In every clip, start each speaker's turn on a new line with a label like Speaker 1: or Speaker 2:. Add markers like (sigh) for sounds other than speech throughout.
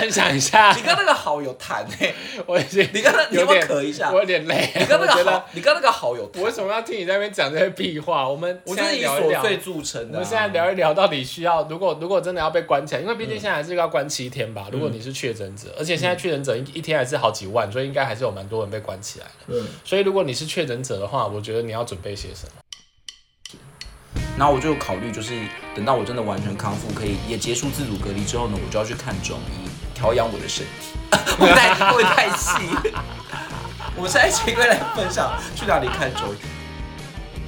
Speaker 1: 分享一下
Speaker 2: (laughs) 你，跟那个好有谈 (laughs) 哎、
Speaker 1: 我已经
Speaker 2: 你刚才你
Speaker 1: 有
Speaker 2: 要不要
Speaker 1: 点
Speaker 2: 咳一下
Speaker 1: 我有点累。
Speaker 2: 你跟那
Speaker 1: 我觉
Speaker 2: 个
Speaker 1: 得
Speaker 2: 好，你跟那个好有谈
Speaker 1: 我为什么要听你在那边讲这些屁话？我们现
Speaker 2: 我就
Speaker 1: 在
Speaker 2: 是以
Speaker 1: 聊一
Speaker 2: 琐
Speaker 1: 聊。
Speaker 2: 碎著称
Speaker 1: 我
Speaker 2: 的、啊。
Speaker 1: 们现在聊一聊，到底需要如果如果真的要被关起来，因为毕竟现在还是要关七天
Speaker 2: 嗯
Speaker 1: 吧。如果你是确诊者，而且现在确诊者一一天还是好几万，所以应该还是有蛮多人被关起来的。
Speaker 2: 嗯，
Speaker 1: 所以如果你是确诊者的话，我觉得你要准备些什么？
Speaker 2: 然后我就考虑，就是等到我真的完全康复，可以也结束自主隔离之后呢，我就要去看中医，调养我的身体。 (laughs) 会不会太会不会太细？ (laughs) 我们现在请来分享去哪里看中医。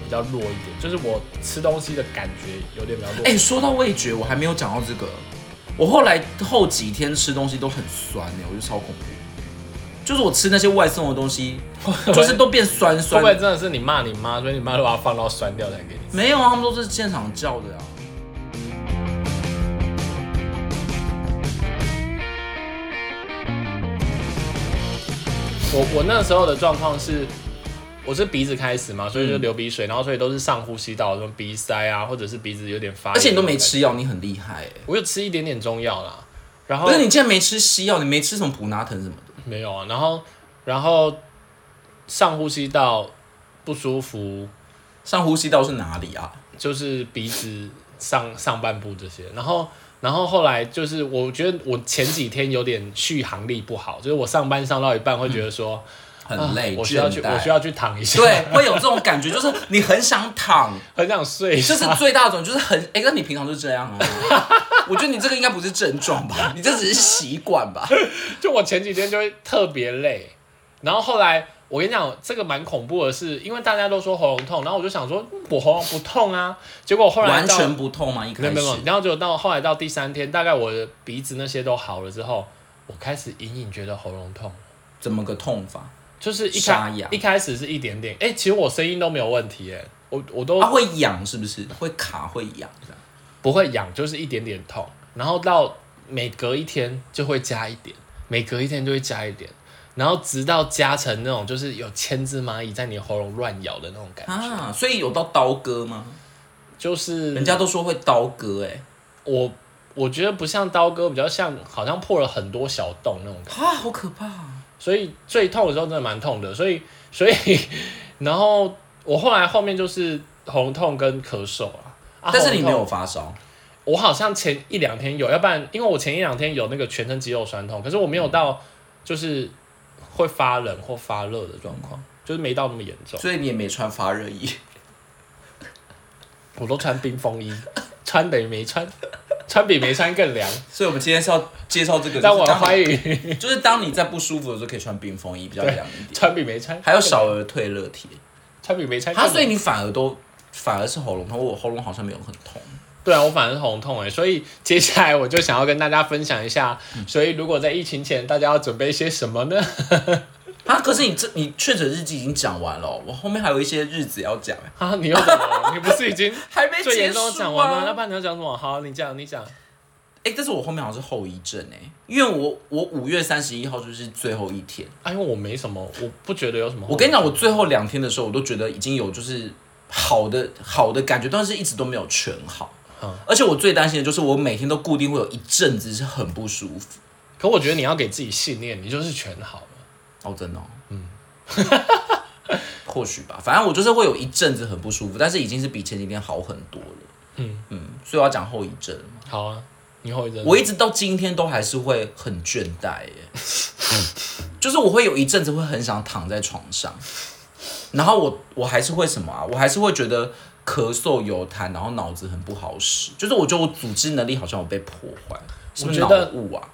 Speaker 1: 比较弱一点，就是我吃东西的感觉有点比较弱。
Speaker 2: 哎、说到味觉，我还没有讲到这个。我后来后几天吃东西都很酸呢、我就超恐怖。就是我吃那些外送的东 (laughs) 西，就是都变酸
Speaker 1: 会
Speaker 2: 酸
Speaker 1: 不会
Speaker 2: 的。
Speaker 1: 真的是你骂你妈，所以你妈都把它放到酸掉才给你？
Speaker 2: 没有啊，他们都是现场叫的啊。
Speaker 1: 我我那时候的状况是，我是鼻子开始嘛，所以就
Speaker 2: 嗯
Speaker 1: 流鼻水，然后所以都是上呼吸道，什么鼻塞啊，或者是鼻子有点发炎。
Speaker 2: 而且你都没，吃药，你很厉害、欸。
Speaker 1: 我有吃一点点中药啦，然后
Speaker 2: 不是你竟然没吃西药，你没吃什么普拿疼什么的。
Speaker 1: 没有啊，然后然后上呼吸道不舒服，
Speaker 2: 上呼吸道是哪里啊？
Speaker 1: 就是鼻子上上半部这些，然后然后后来就是我觉得我前几天有点续航力不好，就是我上班上到一半会觉得说，
Speaker 2: 很嗯累，
Speaker 1: 啊我需要去
Speaker 2: 倦怠
Speaker 1: 我需要去躺一下，
Speaker 2: 对，会有这种感觉，就是你很想
Speaker 1: (laughs)
Speaker 2: 躺，
Speaker 1: 很想睡一
Speaker 2: 这
Speaker 1: 下，
Speaker 2: 是最大的种，就是很哎，那、你平常就这样
Speaker 1: (laughs)
Speaker 2: 啊？我觉得你这个应该不是症状吧，你这只是习惯吧？
Speaker 1: 就我前几天就会特别累，然后后来我跟你讲，这个蛮恐怖的是，因为大家都说喉咙痛，然后我就想说嗯我喉咙不痛啊，结果后来
Speaker 2: 完
Speaker 1: 到
Speaker 2: 全不痛吗？一
Speaker 1: 没
Speaker 2: 开
Speaker 1: 有
Speaker 2: 始
Speaker 1: 没有，没有然后就到后来到第三天，大概我的鼻子那些都好了之后，我开始隐隐觉得喉咙痛，
Speaker 2: 怎么个痛法？
Speaker 1: 就是一
Speaker 2: 沙
Speaker 1: 开
Speaker 2: 哑
Speaker 1: 一开始是一点点，哎、其实我声音都没有问题、哎，我我都
Speaker 2: 它、会痒是不是？会卡会痒这样
Speaker 1: 不会痒，就是一点点痛，然后到每隔一天就会加一点，每隔一天就会加一点，然后直到加成那种就是有千只蚂蚁在你喉咙乱咬的那种感觉，
Speaker 2: 啊？所以有到刀割吗？
Speaker 1: 嗯就是
Speaker 2: 人家都说会刀割哎、
Speaker 1: 我我觉得不像刀割，比较像好像破了很多小洞那种感觉，
Speaker 2: 啊，好可怕、啊！
Speaker 1: 所以最痛的时候真的蛮痛的，所以 (laughs) 所以然后我后来后面就是喉咙痛跟咳嗽啊，啊
Speaker 2: 但是你没，
Speaker 1: 喉
Speaker 2: 有
Speaker 1: 咙痛
Speaker 2: 发烧，
Speaker 1: 我好像前一两天有，要不然因为我前一两天有那个全身肌肉酸痛，可是我没有到就是会发冷或发热的状况，就是没到那么严重。
Speaker 2: 所以你也没穿发热衣。
Speaker 1: 我都穿冰风衣， (laughs) 穿等于没穿， (laughs) 穿比没穿更凉。
Speaker 2: (laughs) (laughs) 所以我们今天是要介绍这个，
Speaker 1: 但我
Speaker 2: 就是当
Speaker 1: 欢迎
Speaker 2: 你就是当你在不舒服的时候可以穿冰风衣，比较凉一点。
Speaker 1: (laughs) 穿比没穿，
Speaker 2: 还有小儿退热贴，
Speaker 1: (laughs) 穿比没穿更
Speaker 2: 它
Speaker 1: 凉。
Speaker 2: 所以你反而都反而是喉咙痛，我喉咙好像没有很痛。
Speaker 1: 对啊，我反正是喉咙痛哎，所以接下来我就想要跟大家分享一下，
Speaker 2: 嗯
Speaker 1: 所以如果在疫情前大家要准备一些什么呢？ (laughs)
Speaker 2: 啊，可是你这你确诊日记已经讲完了哦，我后面还有一些日子要讲，
Speaker 1: 啊，你又怎么了？你不是已
Speaker 2: (laughs)
Speaker 1: 经
Speaker 2: 还没
Speaker 1: 最
Speaker 2: 结
Speaker 1: 严
Speaker 2: 束
Speaker 1: 重
Speaker 2: 啊
Speaker 1: 的讲完吗？要不然你要讲什么？好，你讲，你讲。
Speaker 2: 哎、但是我后面好像是后遗症哎、因为我我五月三十一号就是最后一天，
Speaker 1: 啊，因为我没什么，我不觉得有什么后悔。
Speaker 2: 我跟你讲，我最后两天的时候，我都觉得已经有就是好的好的感觉，但是一直都没有全好。
Speaker 1: 嗯
Speaker 2: 而且我最担心的就是，我每天都固定会有一阵子是很不舒服。
Speaker 1: 可我觉得你要给自己信念，你就是全好了。
Speaker 2: 哦，真的、哦，嗯，或许吧，反正我就是会有一阵子很不舒服，但是已经是比前几天好很多了。
Speaker 1: 嗯
Speaker 2: 嗯，所以我要讲后遗症。
Speaker 1: 好啊，你后一阵子
Speaker 2: 我一直到今天都还是会很倦怠耶，就是我会有一阵子会很想躺在床上，然后我我还是会什么啊，我还是会觉得咳嗽有痰，然后脑子很不好使，就是我觉得我组织能力好像有被破坏，是不是
Speaker 1: 我
Speaker 2: 脑
Speaker 1: 觉得
Speaker 2: 雾啊？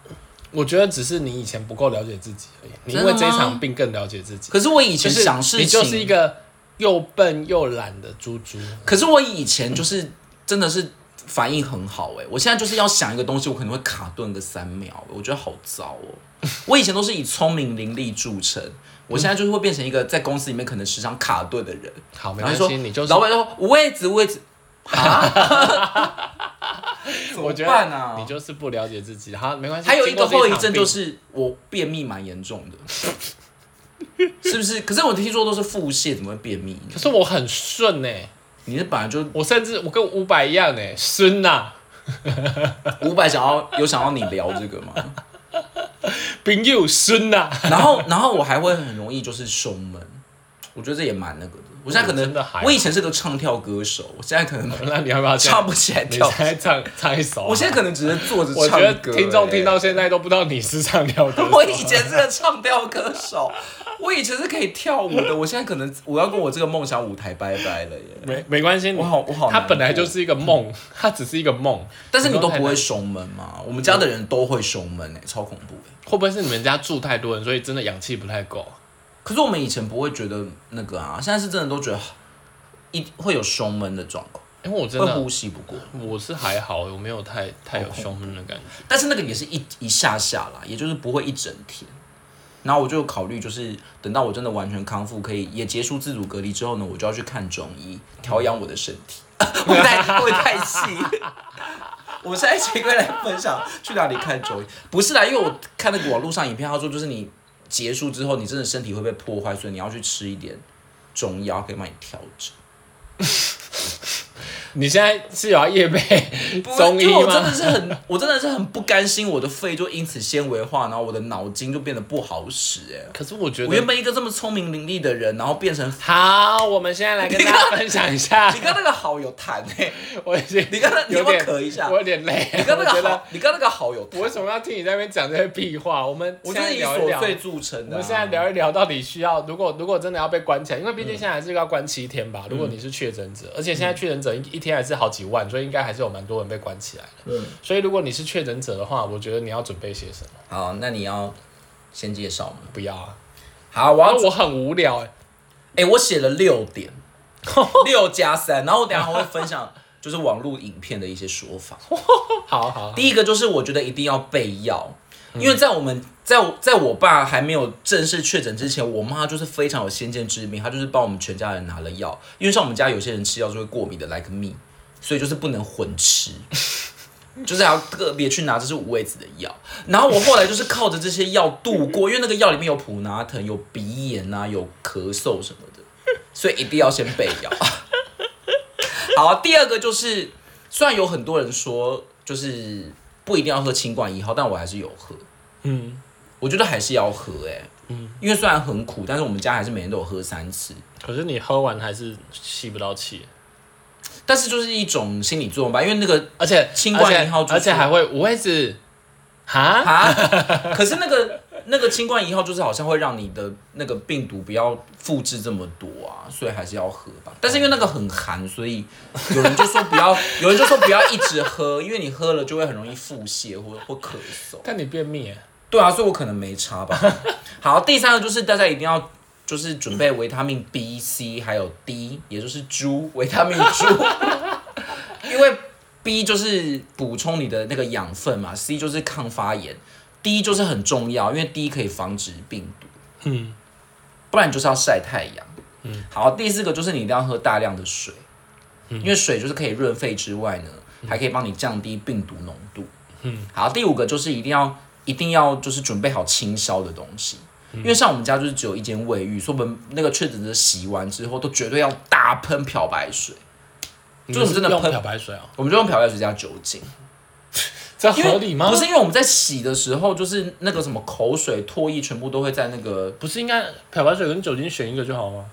Speaker 1: 我觉得只是你以前不够了解自己而已，你因为
Speaker 2: 真的
Speaker 1: 这
Speaker 2: 吗
Speaker 1: 一场病更了解自己。
Speaker 2: 可是我以前
Speaker 1: 就是
Speaker 2: 想事
Speaker 1: 你
Speaker 2: 情，
Speaker 1: 就是一个又笨又懒的猪猪。
Speaker 2: 可是我以前就是真的是反应很好哎、我现在就是要想一个东西，我可能会卡顿个三秒、欸我觉得好糟哦、我以前都是以聪明伶俐著称，我现在就是会变成一个在公司里面可能时常卡顿的人。
Speaker 1: 好，没
Speaker 2: 然
Speaker 1: 关
Speaker 2: 后说，
Speaker 1: 系，你就是
Speaker 2: 老板就说五位子五
Speaker 1: (laughs)
Speaker 2: 位子，啊，
Speaker 1: 我觉
Speaker 2: 怎么办
Speaker 1: 得
Speaker 2: 啊
Speaker 1: 你就是不了解自己。好，没关系。
Speaker 2: 还有一个
Speaker 1: 经过
Speaker 2: 后
Speaker 1: 这
Speaker 2: 遗
Speaker 1: 场
Speaker 2: 症
Speaker 1: 病
Speaker 2: 就是我便秘蛮严重的，是不是？可是我听说都是腹泻，怎么会便秘呢
Speaker 1: 可？是我很顺呢、
Speaker 2: 你是本来就
Speaker 1: 我甚至我跟伍佰一样呢、欸，孙呐、
Speaker 2: 五百想要有想要你聊这个吗？
Speaker 1: 朋友孙呐、 (laughs)
Speaker 2: (laughs) 然后，然后我还会很容易就是胸闷，我觉得这也蛮那个的。我现在可
Speaker 1: 真
Speaker 2: 能
Speaker 1: 的还，好
Speaker 2: 我以前是个唱跳歌手，我现
Speaker 1: (laughs)
Speaker 2: 在可能
Speaker 1: 那你要不要
Speaker 2: 唱
Speaker 1: 唱？
Speaker 2: 不起来
Speaker 1: 你
Speaker 2: 跳。
Speaker 1: 再唱唱一首、啊。
Speaker 2: (laughs) 我现在可能只是坐着
Speaker 1: (laughs) 我
Speaker 2: 唱
Speaker 1: 觉
Speaker 2: 歌。
Speaker 1: 得听众听
Speaker 2: 欸
Speaker 1: 到现在都不知道你是唱跳歌
Speaker 2: 我
Speaker 1: 手。
Speaker 2: 以前是个唱跳歌手， (laughs) 我以前是可以跳舞的，我现在可能我要跟我这个梦想舞台拜拜
Speaker 1: (laughs)
Speaker 2: 了耶。
Speaker 1: 没没关系，你
Speaker 2: 我好我好
Speaker 1: 他
Speaker 2: 难
Speaker 1: 本来
Speaker 2: 过
Speaker 1: 就是一个梦，他只是一个梦。
Speaker 2: 但是你都
Speaker 1: 太
Speaker 2: 不会
Speaker 1: 难
Speaker 2: 胸闷吗？我们家的人都会胸闷哎，超恐怖哎。
Speaker 1: 会不会是你们家住太多人，所以真的氧气不太够？
Speaker 2: 可是我们以前不会觉得那个啊，现在是真的都觉得一会有胸闷的状况，
Speaker 1: 因为我真
Speaker 2: 会
Speaker 1: 的
Speaker 2: 呼吸不过。
Speaker 1: 我是还好，我没有太太有胸闷的感觉。
Speaker 2: 但是那个也是一一下下啦，也就是不会一整天。然后我就考虑，就是等到我真的完全康复，可以也结束自主隔离之后呢，我就要去看中医，调养我的身体。 (laughs) 会不会太会不会太细。 (laughs) 我们现在请归来分享去哪里看中医？不是啦，因为我看那个网络上影片，他说就是你结束之后，你真的身体会被破坏，所以你要去吃一点中药，可以帮你调整。
Speaker 1: 你现在是有要夜配
Speaker 2: (laughs) 不
Speaker 1: 中医
Speaker 2: 因为我真的
Speaker 1: 吗？
Speaker 2: 是很， (laughs) 我真的是很不甘心，我的肺就因此纤维化，然后我的脑筋就变得不好使、哎，
Speaker 1: 可是我觉
Speaker 2: 我原
Speaker 1: 得，
Speaker 2: 本一个这么聪明伶俐的人，然后
Speaker 1: (laughs)
Speaker 2: 变成
Speaker 1: 好，我们现在来跟大家分享一下
Speaker 2: (laughs) 你。跟那个好有谈哎、
Speaker 1: 我已经
Speaker 2: 你刚刚你要
Speaker 1: 有
Speaker 2: 不要
Speaker 1: 点
Speaker 2: 咳一下
Speaker 1: 我有点累。
Speaker 2: (laughs) 你跟
Speaker 1: 我
Speaker 2: 那
Speaker 1: 觉
Speaker 2: 个
Speaker 1: 得
Speaker 2: 好，你跟那个好有谈
Speaker 1: 我，为什么要听你在那边讲这些屁话？我们
Speaker 2: 我
Speaker 1: 现
Speaker 2: 就
Speaker 1: 在
Speaker 2: 是以
Speaker 1: 聊一
Speaker 2: 琐
Speaker 1: 聊。
Speaker 2: 碎著称
Speaker 1: 我
Speaker 2: 的、啊
Speaker 1: 们现在，聊一聊，到底需要如果如果真的要被关起来，因为毕竟
Speaker 2: 嗯
Speaker 1: 现在还是要关七天吧。如果你是确诊者，而且现在确诊者一一天还是好几万，所以应该还是有蛮多人被关起来的。
Speaker 2: 嗯，
Speaker 1: 所以如果你是确诊者的话，我觉得你要准备些什么？
Speaker 2: 好，那你要先介绍吗？
Speaker 1: 不要啊！
Speaker 2: 好，我
Speaker 1: 然
Speaker 2: 要
Speaker 1: 后我很无聊哎、
Speaker 2: 哎、我写了六
Speaker 1: (laughs)
Speaker 2: 点，六加三，然后我等一下还会分享就是网络影片的一些说法。
Speaker 1: 好好，
Speaker 2: 第一个就是我觉得一定要备药，因为在我们在我在我爸还没有正式确诊之前，我妈就是非常有先见之明，她就是帮我们全家人拿了药。因为像我们家有些人吃药就会过敏的，like me，所以就是不能混吃。就是还要特别去拿，这是五味子的药。然后我后来就是靠着这些药度过，因为那个药里面有普拿疼、有鼻炎啊、有咳嗽什么的，所以一定要先备药。好，第二个就是，虽然有很多人说就是不一定要喝清冠一号，但我还是有喝，
Speaker 1: 嗯，
Speaker 2: 我觉得还是要喝哎、嗯，因为虽然很苦，但是我们家还是每天都有喝三次，
Speaker 1: 可是你喝完还是吸不到气，欸
Speaker 2: 但是就是一种心理作用吧，因为那个
Speaker 1: 而且
Speaker 2: 清冠
Speaker 1: 而且
Speaker 2: 一号就是
Speaker 1: 而且还会五味子，哈，
Speaker 2: 啊， (laughs) 可是那个那个清冠一号就是好像会让你的那个病毒不要复制这么多啊，所以还是要喝吧。但是因为那个很寒，所以有人就说不要，有人就说不要一直喝，因为你喝了就会很容易腹泻或或咳嗽。
Speaker 1: 但你便秘、欸，
Speaker 2: 对啊，所以我可能没差吧。好，第三个就是大家一定要就是准备维他命 B、C 还有 D，也就是猪维他命猪，因为 B 就是补充你的那个养分嘛，C 就是抗发炎，D 就是很重要，因为 D 可以防止病毒，
Speaker 1: 嗯，
Speaker 2: 不然你就是要晒太阳。嗯，好，第四个就是你一定要喝大量的水，因为水就是可以润肺之外呢，还可以帮你降低病毒浓度。嗯，好，第五个就是一定要一定要就是准备好清消的东西，因为像我们家就是只有一间卫浴，所以我们那个确诊者洗完之后都绝对要大喷漂白水，就是我们真的
Speaker 1: 你用
Speaker 2: 喷
Speaker 1: 漂白水哦、
Speaker 2: 我们就用漂白水加酒精。
Speaker 1: 这
Speaker 2: 因为
Speaker 1: 合理吗？
Speaker 2: 不是因为我们在洗的时候，就是那个什么口水、唾液全部都会在那个
Speaker 1: 不是应该漂白水跟酒精选一个就好吗？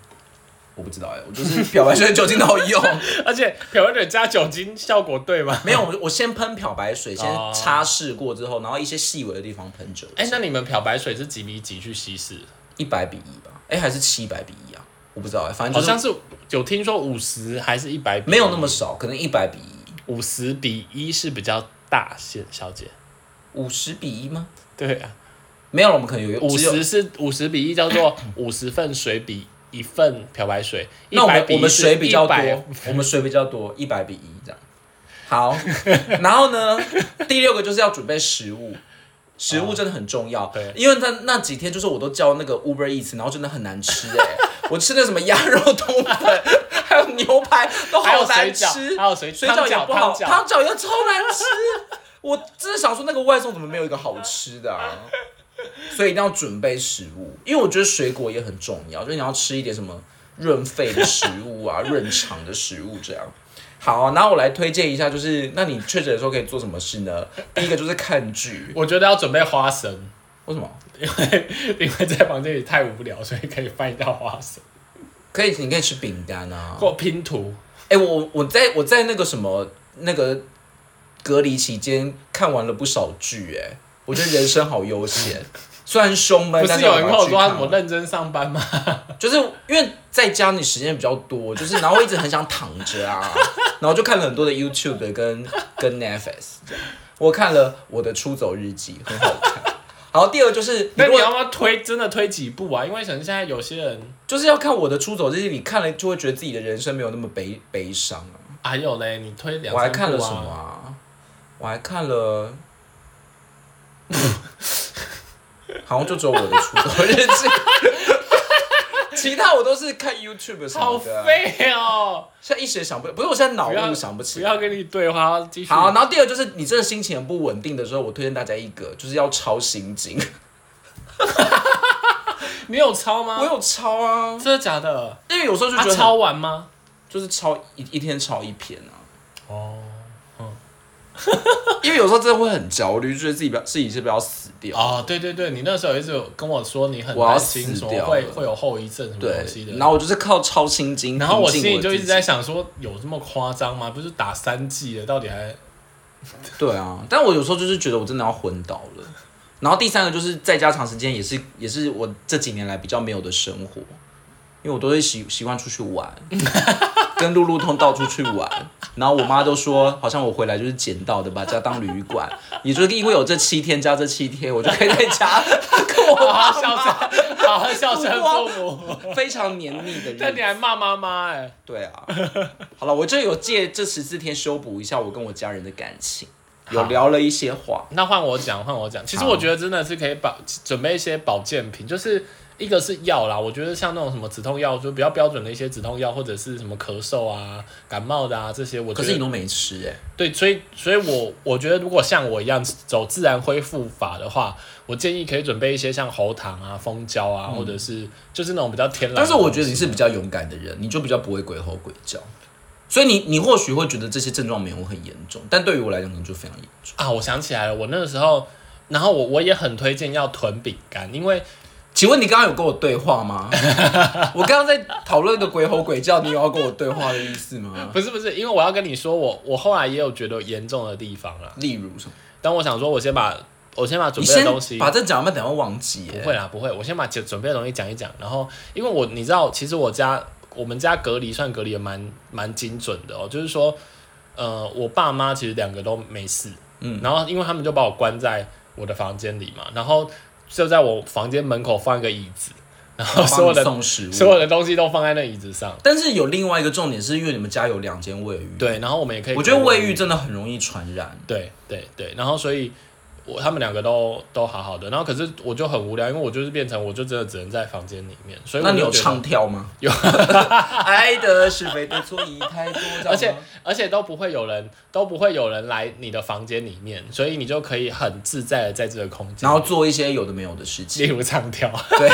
Speaker 2: 我不知道哎、我就是漂白水、酒精都
Speaker 1: (laughs)
Speaker 2: 有用。
Speaker 1: 而且漂白水加酒精效果对吗？
Speaker 2: 没有，我我先喷漂白水，先
Speaker 1: 哦
Speaker 2: 擦拭过之后，然后一些细微的地方喷酒精。
Speaker 1: 哎、那你们漂白水是几比几去稀释？
Speaker 2: 一百比一吧？哎、还是七百比一啊？我不知道哎、反正
Speaker 1: 好
Speaker 2: 就是
Speaker 1: 像是有听说五十还是一百，
Speaker 2: 没有那么少，可能一百比一，
Speaker 1: 五十比一是比较大些，小姐。
Speaker 2: 五十比一吗？
Speaker 1: 对啊，
Speaker 2: 没有了，我们可能有
Speaker 1: 五
Speaker 2: 只有
Speaker 1: 十是五十比一，叫做五十份水比一份漂白水。
Speaker 2: 那我
Speaker 1: 100
Speaker 2: 们
Speaker 1: 比
Speaker 2: 我们
Speaker 1: 是
Speaker 2: 水比较多
Speaker 1: 100，
Speaker 2: 我们水比较多，一百比一这样。好，然后呢，第六个就是要准备食物，食物真的很重要。
Speaker 1: 对
Speaker 2: 因为那那几天就是我都叫那个 Uber Eats，然后真的很难吃哎、我吃那什么鸭肉冬粉，还有牛排都
Speaker 1: 还
Speaker 2: 好
Speaker 1: 有水
Speaker 2: 难吃，
Speaker 1: 饺，还有水
Speaker 2: 水饺也
Speaker 1: 汤
Speaker 2: 不好，
Speaker 1: 汤
Speaker 2: 汤饺也超难吃。我真的想说，那个外送怎么没有一个好吃的啊？所以一定要准备食物，因为我觉得水果也很重要，就是你要吃一点什么润肺的食物啊、 (laughs) 润肠的食物这样。好，那我来推荐一下，就是那你确诊的时候可以做什么事呢？第一个就是看剧，
Speaker 1: 我觉得要准备花生，
Speaker 2: 为什么？
Speaker 1: 因为在房间里太无聊，所以可以翻一道花生
Speaker 2: 可以，你可以吃饼干啊。
Speaker 1: 或拼图。
Speaker 2: 哎、我我在我在那个什么那个隔离期间看完了不少剧，哎，我觉得人生好悠闲。 (laughs) 虽然胸闷，
Speaker 1: 不
Speaker 2: 但
Speaker 1: 是有人跟
Speaker 2: 我把它
Speaker 1: 我
Speaker 2: 剧
Speaker 1: 说他
Speaker 2: 看啊
Speaker 1: 怎么
Speaker 2: 完
Speaker 1: 认真上班吗？
Speaker 2: 就是因为在家里时间比较多，就是然后我一直很想躺
Speaker 1: (laughs)
Speaker 2: 着啊，然后就看了很多的 YouTube 的跟跟 Netflix 这样。我看了我的《出走日记》，很好看。好，第二就是，
Speaker 1: 那
Speaker 2: 如
Speaker 1: 你
Speaker 2: 果
Speaker 1: 要不要推真的推几部啊？因为可能现在有些人
Speaker 2: 就是要看我的《出走日记》，你看了就会觉得自己的人生没有那么悲悲伤啊。
Speaker 1: 还有嘞，你推两
Speaker 2: 我
Speaker 1: 三
Speaker 2: 还
Speaker 1: 部啊。
Speaker 2: 看了什么啊？我还看了， (laughs) 好像就只有我的出走日记， (laughs) 其他我都是看 YouTube 什
Speaker 1: 好
Speaker 2: 么的。啊
Speaker 1: 废哦！
Speaker 2: 现在一时也想不，不是我现在脑
Speaker 1: 不要
Speaker 2: 雾想不起
Speaker 1: 不
Speaker 2: 来。
Speaker 1: 要跟你对话，继续。
Speaker 2: 好，，然后第二就是你真的心情很不稳定的时候，我推荐大家一个，就是要抄心经。
Speaker 1: 你有抄
Speaker 2: 我
Speaker 1: 吗？
Speaker 2: 有抄啊，
Speaker 1: 真的假的？
Speaker 2: 因为有时候就觉
Speaker 1: 他
Speaker 2: 得很
Speaker 1: 啊抄完吗？
Speaker 2: 就是抄一一天抄一篇啊，
Speaker 1: 哦，
Speaker 2: (laughs) 因为有时候真的会很焦虑，就觉得自己不要自己是不是要死掉。
Speaker 1: 哦，对对对，你那时候一直有跟我说你很
Speaker 2: 我要
Speaker 1: 担心，
Speaker 2: 死
Speaker 1: 说
Speaker 2: 掉
Speaker 1: 会
Speaker 2: 了
Speaker 1: 会有后遗症什么
Speaker 2: 对
Speaker 1: 东西的，。
Speaker 2: 然后我就是靠抄心经，
Speaker 1: 然后我
Speaker 2: 平
Speaker 1: 心
Speaker 2: 静
Speaker 1: 里就一直
Speaker 2: 自己
Speaker 1: 在想说，有这么夸张吗？不是打三剂了，到底还
Speaker 2: 对啊，但我有时候就是觉得我真的要昏倒了。然后第三个就是在家长时间也是也是我这几年来比较没有的生活，因为我都会习习惯出去玩， (laughs) 跟路路通到处去玩。然后我妈都说，好像我回来就是捡到的，把家当旅馆。也就是因为有这七天加这七天，我就可以在家 (laughs) 跟我
Speaker 1: 好好
Speaker 2: 妈
Speaker 1: 孝顺，好好
Speaker 2: (laughs)
Speaker 1: 孝顺父母。
Speaker 2: 非常黏腻的
Speaker 1: 但你
Speaker 2: 日子。
Speaker 1: 还骂妈妈哎，
Speaker 2: 对啊，好了，我就有借这十四天修补一下我跟我家人的感情，有
Speaker 1: 好
Speaker 2: 聊了一些话。
Speaker 1: 那换我讲，换我讲。其实
Speaker 2: 好
Speaker 1: 我觉得真的是可以保准备一些保健品，就是一个是药啦，我觉得像那种什么止痛药，就比较标准的一些止痛药，或者是什么咳嗽啊、感冒的啊这些，我
Speaker 2: 可
Speaker 1: 觉
Speaker 2: 是你
Speaker 1: 得
Speaker 2: 都没吃哎、
Speaker 1: 对，所以所以我我觉得如果像我一样走自然恢复法的话，我建议可以准备一些像喉糖啊、蜂胶啊，或者是就是那种比较天然的
Speaker 2: 嗯
Speaker 1: 东
Speaker 2: 但
Speaker 1: 西。
Speaker 2: 是我觉得你是比较勇敢的人，你就比较不会鬼吼鬼叫，所以你你或许会觉得这些症状没有很严重，但对于我来讲，可能就非常严重。
Speaker 1: 啊，我想起来了，我那个时候，然后我我也很推荐要囤饼干，因为
Speaker 2: 请问你刚刚有跟我对
Speaker 1: (laughs)
Speaker 2: 话吗？我刚刚在讨论个鬼吼鬼叫，你有要跟我对话的意思吗？
Speaker 1: 不是不是，因为我要跟你说，我我后来也有觉得严重的地方啦。
Speaker 2: 例如什么？
Speaker 1: 但我想说，我先把我先把准
Speaker 2: 你
Speaker 1: 备的
Speaker 2: 先
Speaker 1: 东西
Speaker 2: 把这讲完，等一下忘记、
Speaker 1: 不 (laughs)
Speaker 2: 欸。
Speaker 1: 会啦，不会，我先把准准备的东西讲一讲。然后，因为我你知道，其实我家我们家隔离算隔离也蛮蛮精准的哦，就是说，呃，我爸妈其实两个都没事，
Speaker 2: 嗯，
Speaker 1: 然后因为他们就把我关在我的房间里嘛，然后就在我房间门口放一个椅子，然后所有
Speaker 2: 帮你
Speaker 1: 的
Speaker 2: 送食
Speaker 1: 所有
Speaker 2: 物。
Speaker 1: 的东西都放在那椅子上。
Speaker 2: 但是有另外一个重点，是因为你们家有两间卫浴。，
Speaker 1: 对，然后我们也可以，
Speaker 2: 我觉得卫浴，真的很容易传染。
Speaker 1: 对对对，然后所以我他们两个都都好好的，然后可是我就很无聊，因为我就是变成我就真的只能在房间里面，所以我
Speaker 2: 那你
Speaker 1: 就
Speaker 2: 有
Speaker 1: 觉得
Speaker 2: 唱，跳吗？
Speaker 1: 有。
Speaker 2: (laughs)
Speaker 1: (laughs)
Speaker 2: 爱的是非对错已太多，知道吗
Speaker 1: 而且而且都不会有人都不会有人来你的房间里面，所以你就可以很自在的在这个空间，
Speaker 2: 然后做一些有的没有的事
Speaker 1: 例
Speaker 2: (laughs) 情。
Speaker 1: 如唱跳， (laughs)
Speaker 2: 对，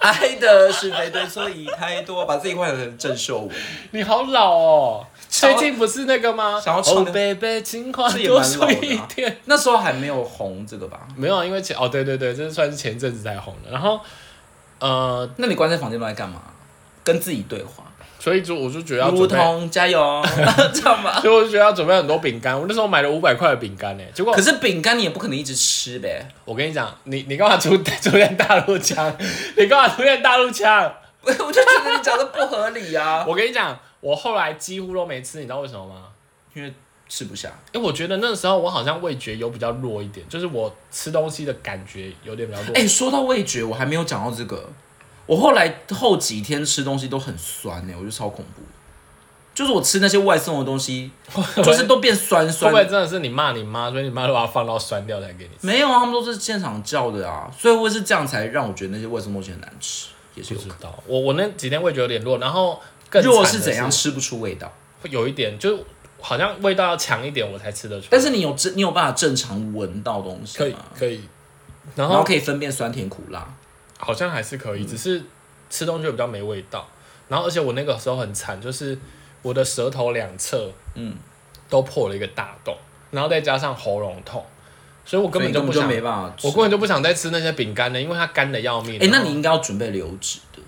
Speaker 2: 爱的是非对错已太多，把自己换成郑秀文，
Speaker 1: 你好老哦，
Speaker 2: 想
Speaker 1: 最
Speaker 2: 要
Speaker 1: 近不是那个吗？
Speaker 2: 想要唱
Speaker 1: 哦
Speaker 2: 歌
Speaker 1: ，baby，情话
Speaker 2: 这也
Speaker 1: 多
Speaker 2: 蛮老
Speaker 1: 说
Speaker 2: 的啊
Speaker 1: 一点。
Speaker 2: 那时候还没有红这个吧？
Speaker 1: 没有啊，因为前哦，对对对，这算是前阵子才红的。然后，呃，
Speaker 2: 那你关在房间都在干嘛？跟自己对话，
Speaker 1: 所以就我就觉得要
Speaker 2: 如
Speaker 1: 准备，
Speaker 2: 同加 (laughs) 油，知道吗？
Speaker 1: (laughs) 所以我就觉得要准备很多饼干。我那时候买了五百块的饼干呢，欸结果
Speaker 2: 可是饼干你也不可能一直吃呗，
Speaker 1: 我跟你讲，你你干嘛出 (laughs) 出现大陆腔？ (laughs) 你干嘛出现大陆腔？
Speaker 2: (laughs) 我就觉得你讲的不合理啊，
Speaker 1: 我跟你讲，我后来几乎都没吃，你知道为什么吗？
Speaker 2: 因为吃不下。
Speaker 1: 因为我觉得那时候我好像味觉有比较弱一点，就是我吃东西的感觉有点比较弱。
Speaker 2: 哎、说到味觉，我还没有讲到这个。我后来后几天吃东西都很酸欸呢、我觉得超恐怖。就是我吃那些外送的东 (laughs) 西，就是都变酸
Speaker 1: 会
Speaker 2: 酸
Speaker 1: 不
Speaker 2: 的
Speaker 1: 会真的是你骂你妈，所以你妈都把它放到酸掉才给你吃？
Speaker 2: 没有啊，他们都是现场叫的啊，所以会是这样才让我觉得那些卫生东西很难吃，也是
Speaker 1: 不
Speaker 2: 有
Speaker 1: 知。道，我我那几天味觉有点弱，然后更
Speaker 2: 弱
Speaker 1: 惨
Speaker 2: 是
Speaker 1: 的
Speaker 2: 怎样？吃不出味道，
Speaker 1: 会有一点，就是好像味道要强一点我才吃得出来。
Speaker 2: 但是你有正你有办法正常闻到东西
Speaker 1: 可以
Speaker 2: 吗？
Speaker 1: 可以，然
Speaker 2: 然后
Speaker 1: 后
Speaker 2: 可以分辨酸甜苦辣。
Speaker 1: 好像还是可
Speaker 2: 嗯
Speaker 1: 以，只是吃东西会比较没味道。然后而且我那个时候很惨，就是我的舌头两侧
Speaker 2: 嗯，
Speaker 1: 都破了一个大洞，然后再加上喉咙痛，所以我根
Speaker 2: 所
Speaker 1: 本
Speaker 2: 以你
Speaker 1: 就
Speaker 2: 根
Speaker 1: 不
Speaker 2: 本就
Speaker 1: 想，
Speaker 2: 没办法吃。
Speaker 1: 我哦根本就不想再吃那些饼干了，因为它干的要命。
Speaker 2: 哎、那
Speaker 1: 然后
Speaker 2: 你应该要准备流质的，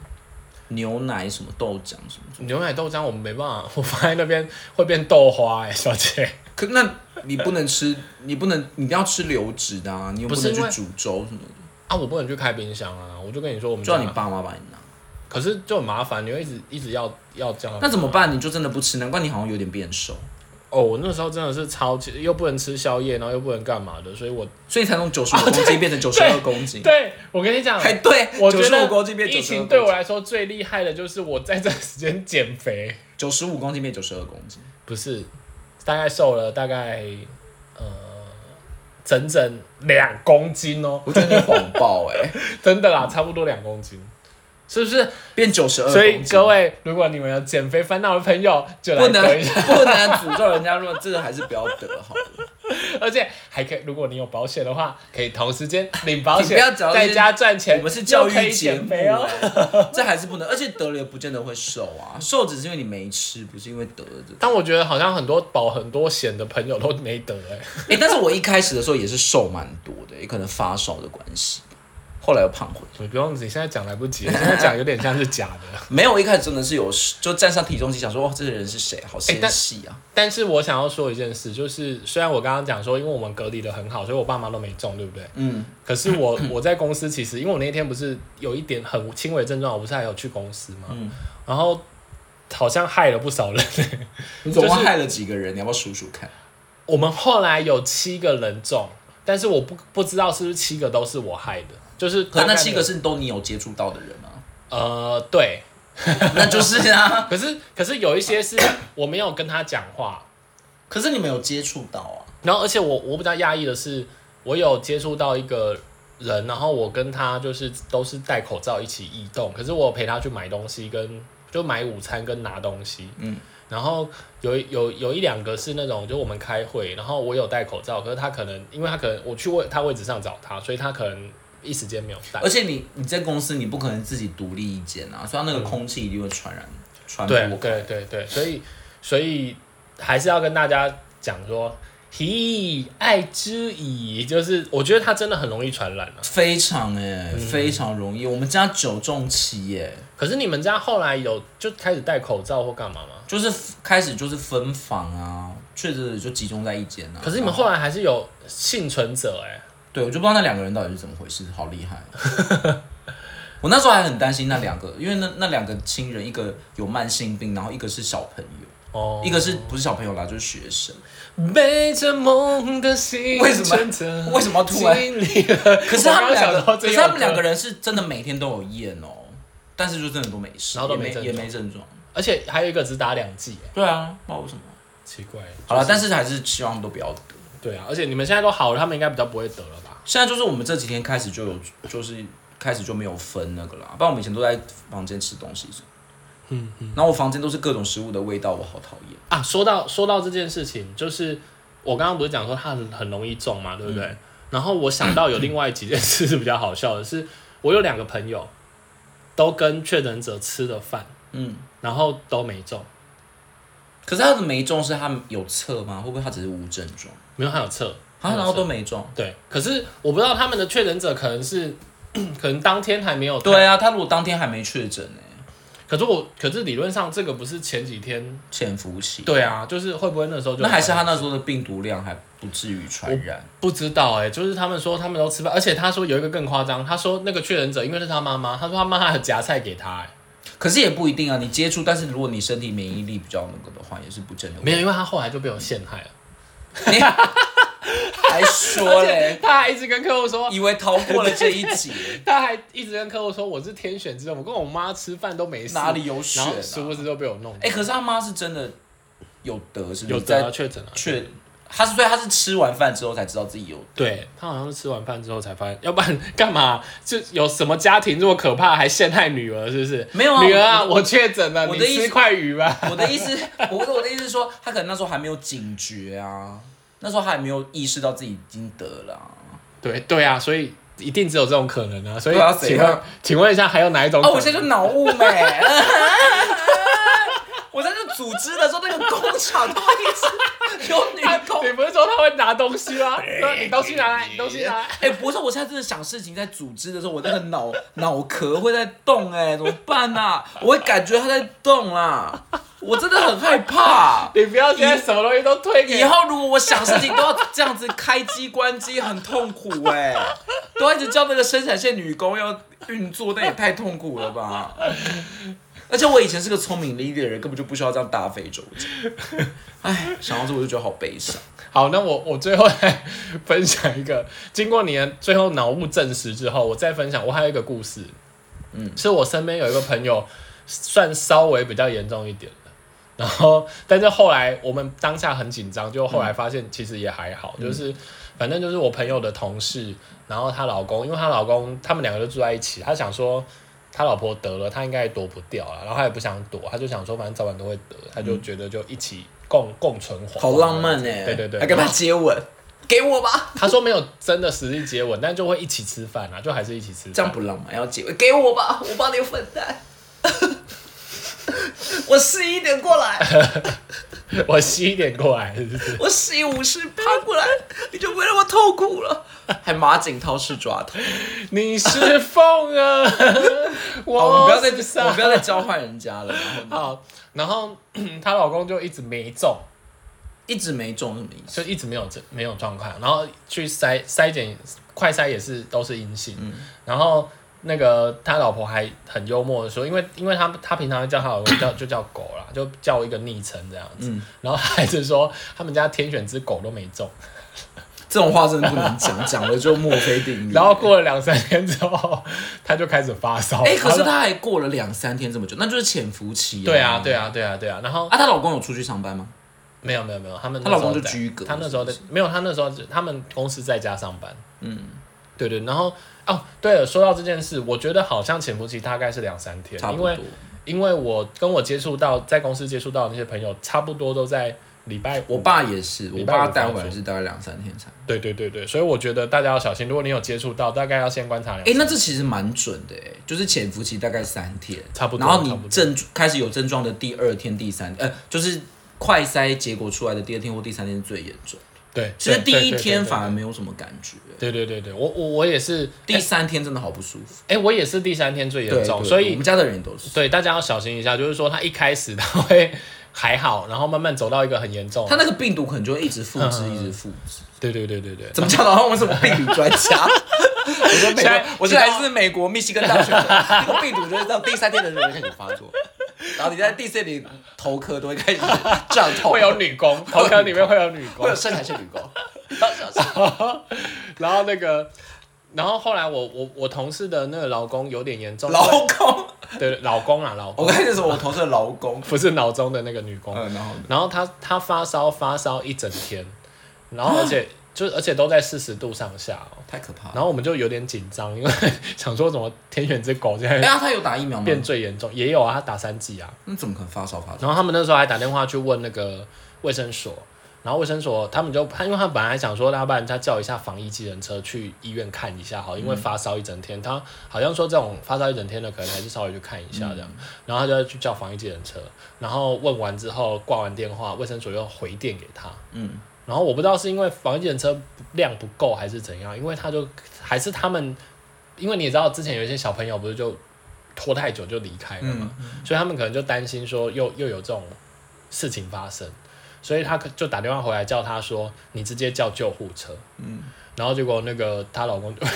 Speaker 2: 牛奶什么豆浆什么的。
Speaker 1: 牛奶豆浆我们没办法， (laughs) 我放在那边会变豆花哎、小姐。 (laughs)
Speaker 2: 可那你不能吃， (laughs) 你不能，你一定要吃流质的啊，你又
Speaker 1: 不是
Speaker 2: 能
Speaker 1: 因为
Speaker 2: 去煮粥什么的，
Speaker 1: 啊，我不能去开冰箱啊！我就跟你说，我们
Speaker 2: 就让
Speaker 1: 家
Speaker 2: 你爸妈帮你拿。
Speaker 1: 可是就很麻烦，你会一直一直要要这样。
Speaker 2: 那怎么？办？你就真的不吃，难怪你好像有点变瘦，
Speaker 1: 哦，我那时候真的是超级，又不能吃宵夜，然后又不能干嘛的，所以我
Speaker 2: 所以才从九十五公斤变成九十二公斤。
Speaker 1: 啊对我跟你讲，
Speaker 2: 还哎对，
Speaker 1: (laughs) 我
Speaker 2: 九
Speaker 1: 觉
Speaker 2: 十五公斤
Speaker 1: 得
Speaker 2: 变
Speaker 1: 疫
Speaker 2: 九十二
Speaker 1: 情对
Speaker 2: 公
Speaker 1: 我
Speaker 2: 斤，
Speaker 1: 来说最厉害的就是我在这时间减肥，
Speaker 2: 九十五公斤变九十二公斤， (laughs)
Speaker 1: 不是大概瘦了大概呃整整两公斤哦，
Speaker 2: 我觉得你谎报哎、
Speaker 1: 真的啦，差不多两公斤，是不是？
Speaker 2: 变九十二。
Speaker 1: 所以各位，如果你们有减肥烦恼的朋友，就来
Speaker 2: 不能
Speaker 1: 得一下。
Speaker 2: 不能诅咒人家，如果这个还是不要得好了。
Speaker 1: 而且还可以，如果你有保险的话，可以同时间领
Speaker 2: (laughs)
Speaker 1: 保险，
Speaker 2: 你不要讲到这
Speaker 1: 在
Speaker 2: 些
Speaker 1: 家赚钱，
Speaker 2: 我们是教
Speaker 1: 又可以
Speaker 2: 育节
Speaker 1: 减
Speaker 2: 目
Speaker 1: 肥哦。
Speaker 2: 欸，这还是不能，而且得了也不见得会瘦啊，瘦只是因为你没吃，不是因为得了这个。
Speaker 1: 但我觉得好像很多保很多险的朋友都没得哎、
Speaker 2: 哎、但是我一开始的时候也是瘦蛮多的，也可能发烧的关系，后来又胖回来。
Speaker 1: 你不用，你现在讲来不及，现在讲有点像是假的。 (laughs)
Speaker 2: 没有，我一开始真的是有，就站上体重机想说，哇，这个人是谁？好纤细啊！
Speaker 1: 哎但是我想要说一件事，就是虽然我刚刚讲说，因为我们隔离的很好，所以我爸妈都没中，对不对？
Speaker 2: 嗯，
Speaker 1: 可是我我在公司其实，因为我那天不是有一点很轻微症状，我不是还有去公司嘛，
Speaker 2: 嗯
Speaker 1: 然后好像害了不少人。 (laughs)
Speaker 2: 你总共
Speaker 1: 就是
Speaker 2: 害了几个人？你要不要数数看？
Speaker 1: 我们后来有七个人中，但是我不不知道是不是七个都是我害的，就是大
Speaker 2: 可
Speaker 1: 概
Speaker 2: 那
Speaker 1: 没有
Speaker 2: 七个是都你有接触到的人啊， (laughs)
Speaker 1: 呃对，
Speaker 2: 那就是啊。
Speaker 1: 可是可是有一些是我没有跟他讲话，
Speaker 2: 可是你们有接触到啊？
Speaker 1: 然后而且我我比较讶异的是，我有接触到一个人，然后我跟他就是都是戴口罩一起移动，可是我有陪他去买东西跟就买午餐跟拿东西，
Speaker 2: 嗯，
Speaker 1: 然后有一有有一两个是那种，就我们开会，然后我有戴口罩，可是他可能，因为他可能我去位他位置上找他，所以他可能一时间没有戴
Speaker 2: 而。且你你在公司你不可能自己独立一间啊，所以它那个空气一定会传染传播
Speaker 1: 对
Speaker 2: 开。
Speaker 1: 对对对，所以所以还是要跟大家讲说，嘿，爱之以，就是我觉得他真的很容易传染啊。
Speaker 2: 非常哎、非常容易。我们家九中七耶、
Speaker 1: 可是你们家后来有就开始戴口罩或干嘛吗？
Speaker 2: 就是开始就是分房啊，确实就集中在一间啊。
Speaker 1: 可是你们后来还是有幸存者哎、
Speaker 2: 对，我就不知道那两个人到底是怎么回事，好厉害。 (laughs) 我那时候还很担心那两个，因为那那两个亲人，一个有慢性病，然后一个是小朋友，
Speaker 1: 哦
Speaker 2: 一，个是不是小朋友啦，就是学生。
Speaker 1: 背着梦的幸
Speaker 2: 为什么
Speaker 1: 存者
Speaker 2: (laughs) 为什么突然
Speaker 1: 经历了？
Speaker 2: 可是他们两
Speaker 1: 我刚刚想到
Speaker 2: 个，
Speaker 1: 这首
Speaker 2: 可是
Speaker 1: 歌
Speaker 2: 他们两个人是真的每天都有验哦，但是就真的都没事，
Speaker 1: 然后都没
Speaker 2: 也没
Speaker 1: 症
Speaker 2: 也
Speaker 1: 状
Speaker 2: 没症状。
Speaker 1: 而且还有一个只打两剂、欸，
Speaker 2: 对啊，不知道为什么。
Speaker 1: 奇怪。
Speaker 2: 好了，但是还是希望都不要得。
Speaker 1: 对啊，而且你们现在都好了，他们应该比较不会得了吧？
Speaker 2: 现在就是我们这几天开始就有，就是开始就没有分那个啦，不然我们以前都在房间吃东西什么。嗯嗯。然后我房间都是各种食物的味道，我好讨厌。
Speaker 1: 啊，说到说到这件事情，就是我刚刚不是讲说他很很容易中嘛，对不
Speaker 2: 嗯
Speaker 1: 对？然后我想到有另外几件事是比较好笑的是，我有两个朋友都跟确诊者吃了饭，
Speaker 2: 嗯。
Speaker 1: 然后都没中，
Speaker 2: 可是他的没中是他有测吗？会不会他只是无症状？
Speaker 1: 没有他有测，
Speaker 2: 啊，然后都没中。
Speaker 1: 对。可是我不知道他们的确诊者可能是 (clears throat) 可能当天还没有
Speaker 2: 对啊，他如果当天还没确诊呢，
Speaker 1: 可是我，可是理论上这个不是前几天？
Speaker 2: 潜伏期。
Speaker 1: 对啊，就是会不会那时候就
Speaker 2: 那还是他那时候的病毒量还不至于传染。
Speaker 1: 不知道哎、就是他们说他们都吃饭，而且他说有一个更夸张，他说那个确诊者因为是他妈妈，他说他妈还有夹菜给他、欸，
Speaker 2: 可是也不一定啊，你接触，但是如果你身体免疫力比较那个的话，也是不正常。
Speaker 1: 没有，因为他后来就被我陷害了，
Speaker 2: 还说嘞，
Speaker 1: 他还一直跟客户说，
Speaker 2: (laughs) 以为逃过了这一 (laughs) 劫，
Speaker 1: (laughs) 他还一直跟客户说我是天选之人，我跟我妈吃饭都没事，
Speaker 2: 哪里有选、
Speaker 1: 然
Speaker 2: 啊
Speaker 1: 后？殊不知都被我弄，
Speaker 2: 哎、可是他妈是真的有得，是不是？
Speaker 1: 有得啊确诊啊
Speaker 2: 在，确，他是所以他是吃完饭之后才知道自己有得。
Speaker 1: 对他好像是吃完饭之后才发现，要不然干嘛？就有什么家庭这么可怕，还陷害女儿是不是？
Speaker 2: 没有啊
Speaker 1: 女儿啊，
Speaker 2: 我
Speaker 1: 我确诊了，
Speaker 2: 我
Speaker 1: 你
Speaker 2: 的意思
Speaker 1: 吃块鱼吧。
Speaker 2: 我的意思， (laughs) 我的我的意思是说，他可能那时候还没有警觉啊，那时候还没有意识到自己已经得了啊、
Speaker 1: 对对啊，所以一定只有这种可能啊。所以
Speaker 2: 对啊
Speaker 1: 请
Speaker 2: 谁
Speaker 1: 问
Speaker 2: 啊，
Speaker 1: 请问一下，还有哪一种可
Speaker 2: 哦，
Speaker 1: 能？
Speaker 2: 我现在就脑雾没。 (laughs) 我在这组织的时候，那个工厂都会一直有女
Speaker 1: (laughs)
Speaker 2: 工。
Speaker 1: 你不是说他会拿东西吗？说你东西拿来，你东西拿来。
Speaker 2: (laughs) 哎、不是，我现在真的想事情，在组织的时候，我那个脑脑壳会在动、哎，怎么办啊？我会感觉它在动啦、我真的很害怕、
Speaker 1: 你不要现在什么东西都推给
Speaker 2: 以后如果我想事情都要这样子开机关机，很痛苦
Speaker 1: (laughs)
Speaker 2: 哎、都要一直叫那个生产线女工要运作，那也太痛苦了吧。而且我以前是个聪明伶俐的人，根本就不需要这样大费周章。哎，想到这我就觉得好悲伤。
Speaker 1: 好，那我我最后来分享一个，经过你的最后脑雾证实之后，我再分享。我还有一个故事，嗯，是我身边有一个朋友，算稍微比较严重一点的，然后但是后来我们当下很紧张，就后来发现其实也还好，
Speaker 2: 嗯
Speaker 1: 就是反正就是我朋友的同事，然后她老公，因为她老公他们两个就住在一起，她想说。他老婆得了，他应该也躲不掉了，然后他也不想躲，他就想说反正早晚都会得，他就觉得就一起共共存活，
Speaker 2: 好浪漫哎、
Speaker 1: 对对对，
Speaker 2: 还跟他接吻，给我吧，
Speaker 1: 他说没有真的实际接吻，但就会一起吃饭啊，就还是一起吃饭。
Speaker 2: 这样不浪漫，要接吻，给我吧，我帮你分担， (laughs) 我十一点过来，
Speaker 1: 我吸一点过来，是不
Speaker 2: (laughs)
Speaker 1: 是？
Speaker 2: 我十一五十趴过来，你就不会让我痛苦了， (laughs) 还马景涛式抓头，
Speaker 1: 你是凤啊，
Speaker 2: (laughs) 好，我
Speaker 1: 我
Speaker 2: 们不要再，
Speaker 1: 是
Speaker 2: 我
Speaker 1: 沙
Speaker 2: 们不要再交换人家了，然后呢
Speaker 1: 好。然后 (laughs) 她老公就一直没中，
Speaker 2: 一直没中什么意思？
Speaker 1: 就一直没有这没有状况，然后去筛筛检快筛也是都是阴性，
Speaker 2: 嗯
Speaker 1: 然后。那个他老婆还很幽默的说，因为因为他他平常会叫他老公叫就叫狗啦，就叫一个昵称这样子，
Speaker 2: 嗯
Speaker 1: 然后他还是说他们家天选之狗都没中，
Speaker 2: 这种话真的不能讲，讲了就墨菲定律。
Speaker 1: 然后过了两三天之后，他就开始发烧。
Speaker 2: 哎、可
Speaker 1: 然
Speaker 2: 是
Speaker 1: 后
Speaker 2: 他还过了两三天这么久，那就是潜伏期、
Speaker 1: 对啊，对。啊，对啊，对啊。然后
Speaker 2: 啊，她老公有出去上班吗？
Speaker 1: 没有没有没有，他们
Speaker 2: 她老公
Speaker 1: 那时候
Speaker 2: 就
Speaker 1: 在
Speaker 2: 居隔
Speaker 1: 他那时候在
Speaker 2: 是
Speaker 1: 没有，他那时候只他们公司在家上班。嗯，对对。然后哦，对了，说到这件事，我觉得好像潜伏期大概是两三天，
Speaker 2: 差不
Speaker 1: 因
Speaker 2: 多
Speaker 1: 为。因为我跟我接触到在公司接触到的那些朋友，差不多都在礼拜五
Speaker 2: 我爸也是，我
Speaker 1: 礼拜五
Speaker 2: 爸
Speaker 1: 发
Speaker 2: 带回来
Speaker 1: 作
Speaker 2: 是大概两三天才。
Speaker 1: 对对对对，所以我觉得大家要小心，如果你有接触到，大概要先观察两
Speaker 2: 哎、那这其实蛮准的哎、就是潜伏期大概三天，
Speaker 1: 差不多
Speaker 2: 然
Speaker 1: 差
Speaker 2: 后
Speaker 1: 不
Speaker 2: 你
Speaker 1: 多
Speaker 2: 症开始有症状的第二天、第三呃，就是快筛结果出来的第二天或第三天是最严重。
Speaker 1: 对，
Speaker 2: 其实
Speaker 1: 对
Speaker 2: 第一天。反
Speaker 1: 对对对对
Speaker 2: 而没有什么感觉，
Speaker 1: 对对对对，我我我也是
Speaker 2: 第三天真的好不舒服。
Speaker 1: 哎、我也是第三天最
Speaker 2: 对
Speaker 1: 严，重，
Speaker 2: 对
Speaker 1: 所
Speaker 2: 我
Speaker 1: 以哦
Speaker 2: 们家的人都是。
Speaker 1: 对大家要小心一下，就是说他一开始他会还好，然后慢慢走到一个很严重。啊
Speaker 2: 他那个病毒可能就会一直复
Speaker 1: 嗯
Speaker 2: 制，一直复制。
Speaker 1: 对对对对对，
Speaker 2: 怎么讲的？好像我是什么病理专家？ (laughs) 我说美
Speaker 1: 现在
Speaker 2: 国，我是来自美国密西根大学
Speaker 1: (laughs)
Speaker 2: 的，那个病毒就是到第三天的时候就开始发作，然后你在第四天你头壳都会开始胀
Speaker 1: (laughs)
Speaker 2: 痛，
Speaker 1: 会有女工，头壳里面 (laughs) 会有女
Speaker 2: (laughs)
Speaker 1: 工 (laughs)
Speaker 2: 会有，生产线女工。
Speaker 1: 然后那个，然后后来我我我同事的那个老公有点严重，
Speaker 2: 劳工，
Speaker 1: (laughs)
Speaker 2: (laughs)
Speaker 1: 对老公啊老
Speaker 2: 我
Speaker 1: 公，
Speaker 2: 刚才说我同事的劳工， (laughs)
Speaker 1: 不是脑中的那个女工，
Speaker 2: 嗯，然后呢
Speaker 1: 然后他他发烧发烧一整天，然后而且 (gasps) 就而且都在四十度上下哦、
Speaker 2: 太可怕了。
Speaker 1: 然后我们就有点紧张，因为 (laughs) 想说怎么天选之狗现在
Speaker 2: 哎呀，他有打疫苗吗？
Speaker 1: 变最严重，也有啊，他打三剂啊。
Speaker 2: 那怎么可能发烧发作？
Speaker 1: 然后他们那时候还打电话去问那个卫生所，然后卫生所他们就他，因为他本来想说，要不然他叫一下防疫机人车去医院看一下好，因为发烧一整天，他好像说这种发烧一整天的，可能还是稍微去看一下这样。然后他就去叫防疫机人车，然后问完之后挂完电话，卫生所又回电给他，
Speaker 2: 嗯，
Speaker 1: 然后我不知道是因为防疫检测量不够还是怎样，因为他就还是他们，因为你也知道之前有一些小朋友不是就拖太久就离开
Speaker 2: 嗯
Speaker 1: 了嘛，所以他们可能就担心说又又有这种事情发生，所以他可就打电话回来叫他说你直接叫救护车，嗯，然后结果那个 (laughs) 她老公就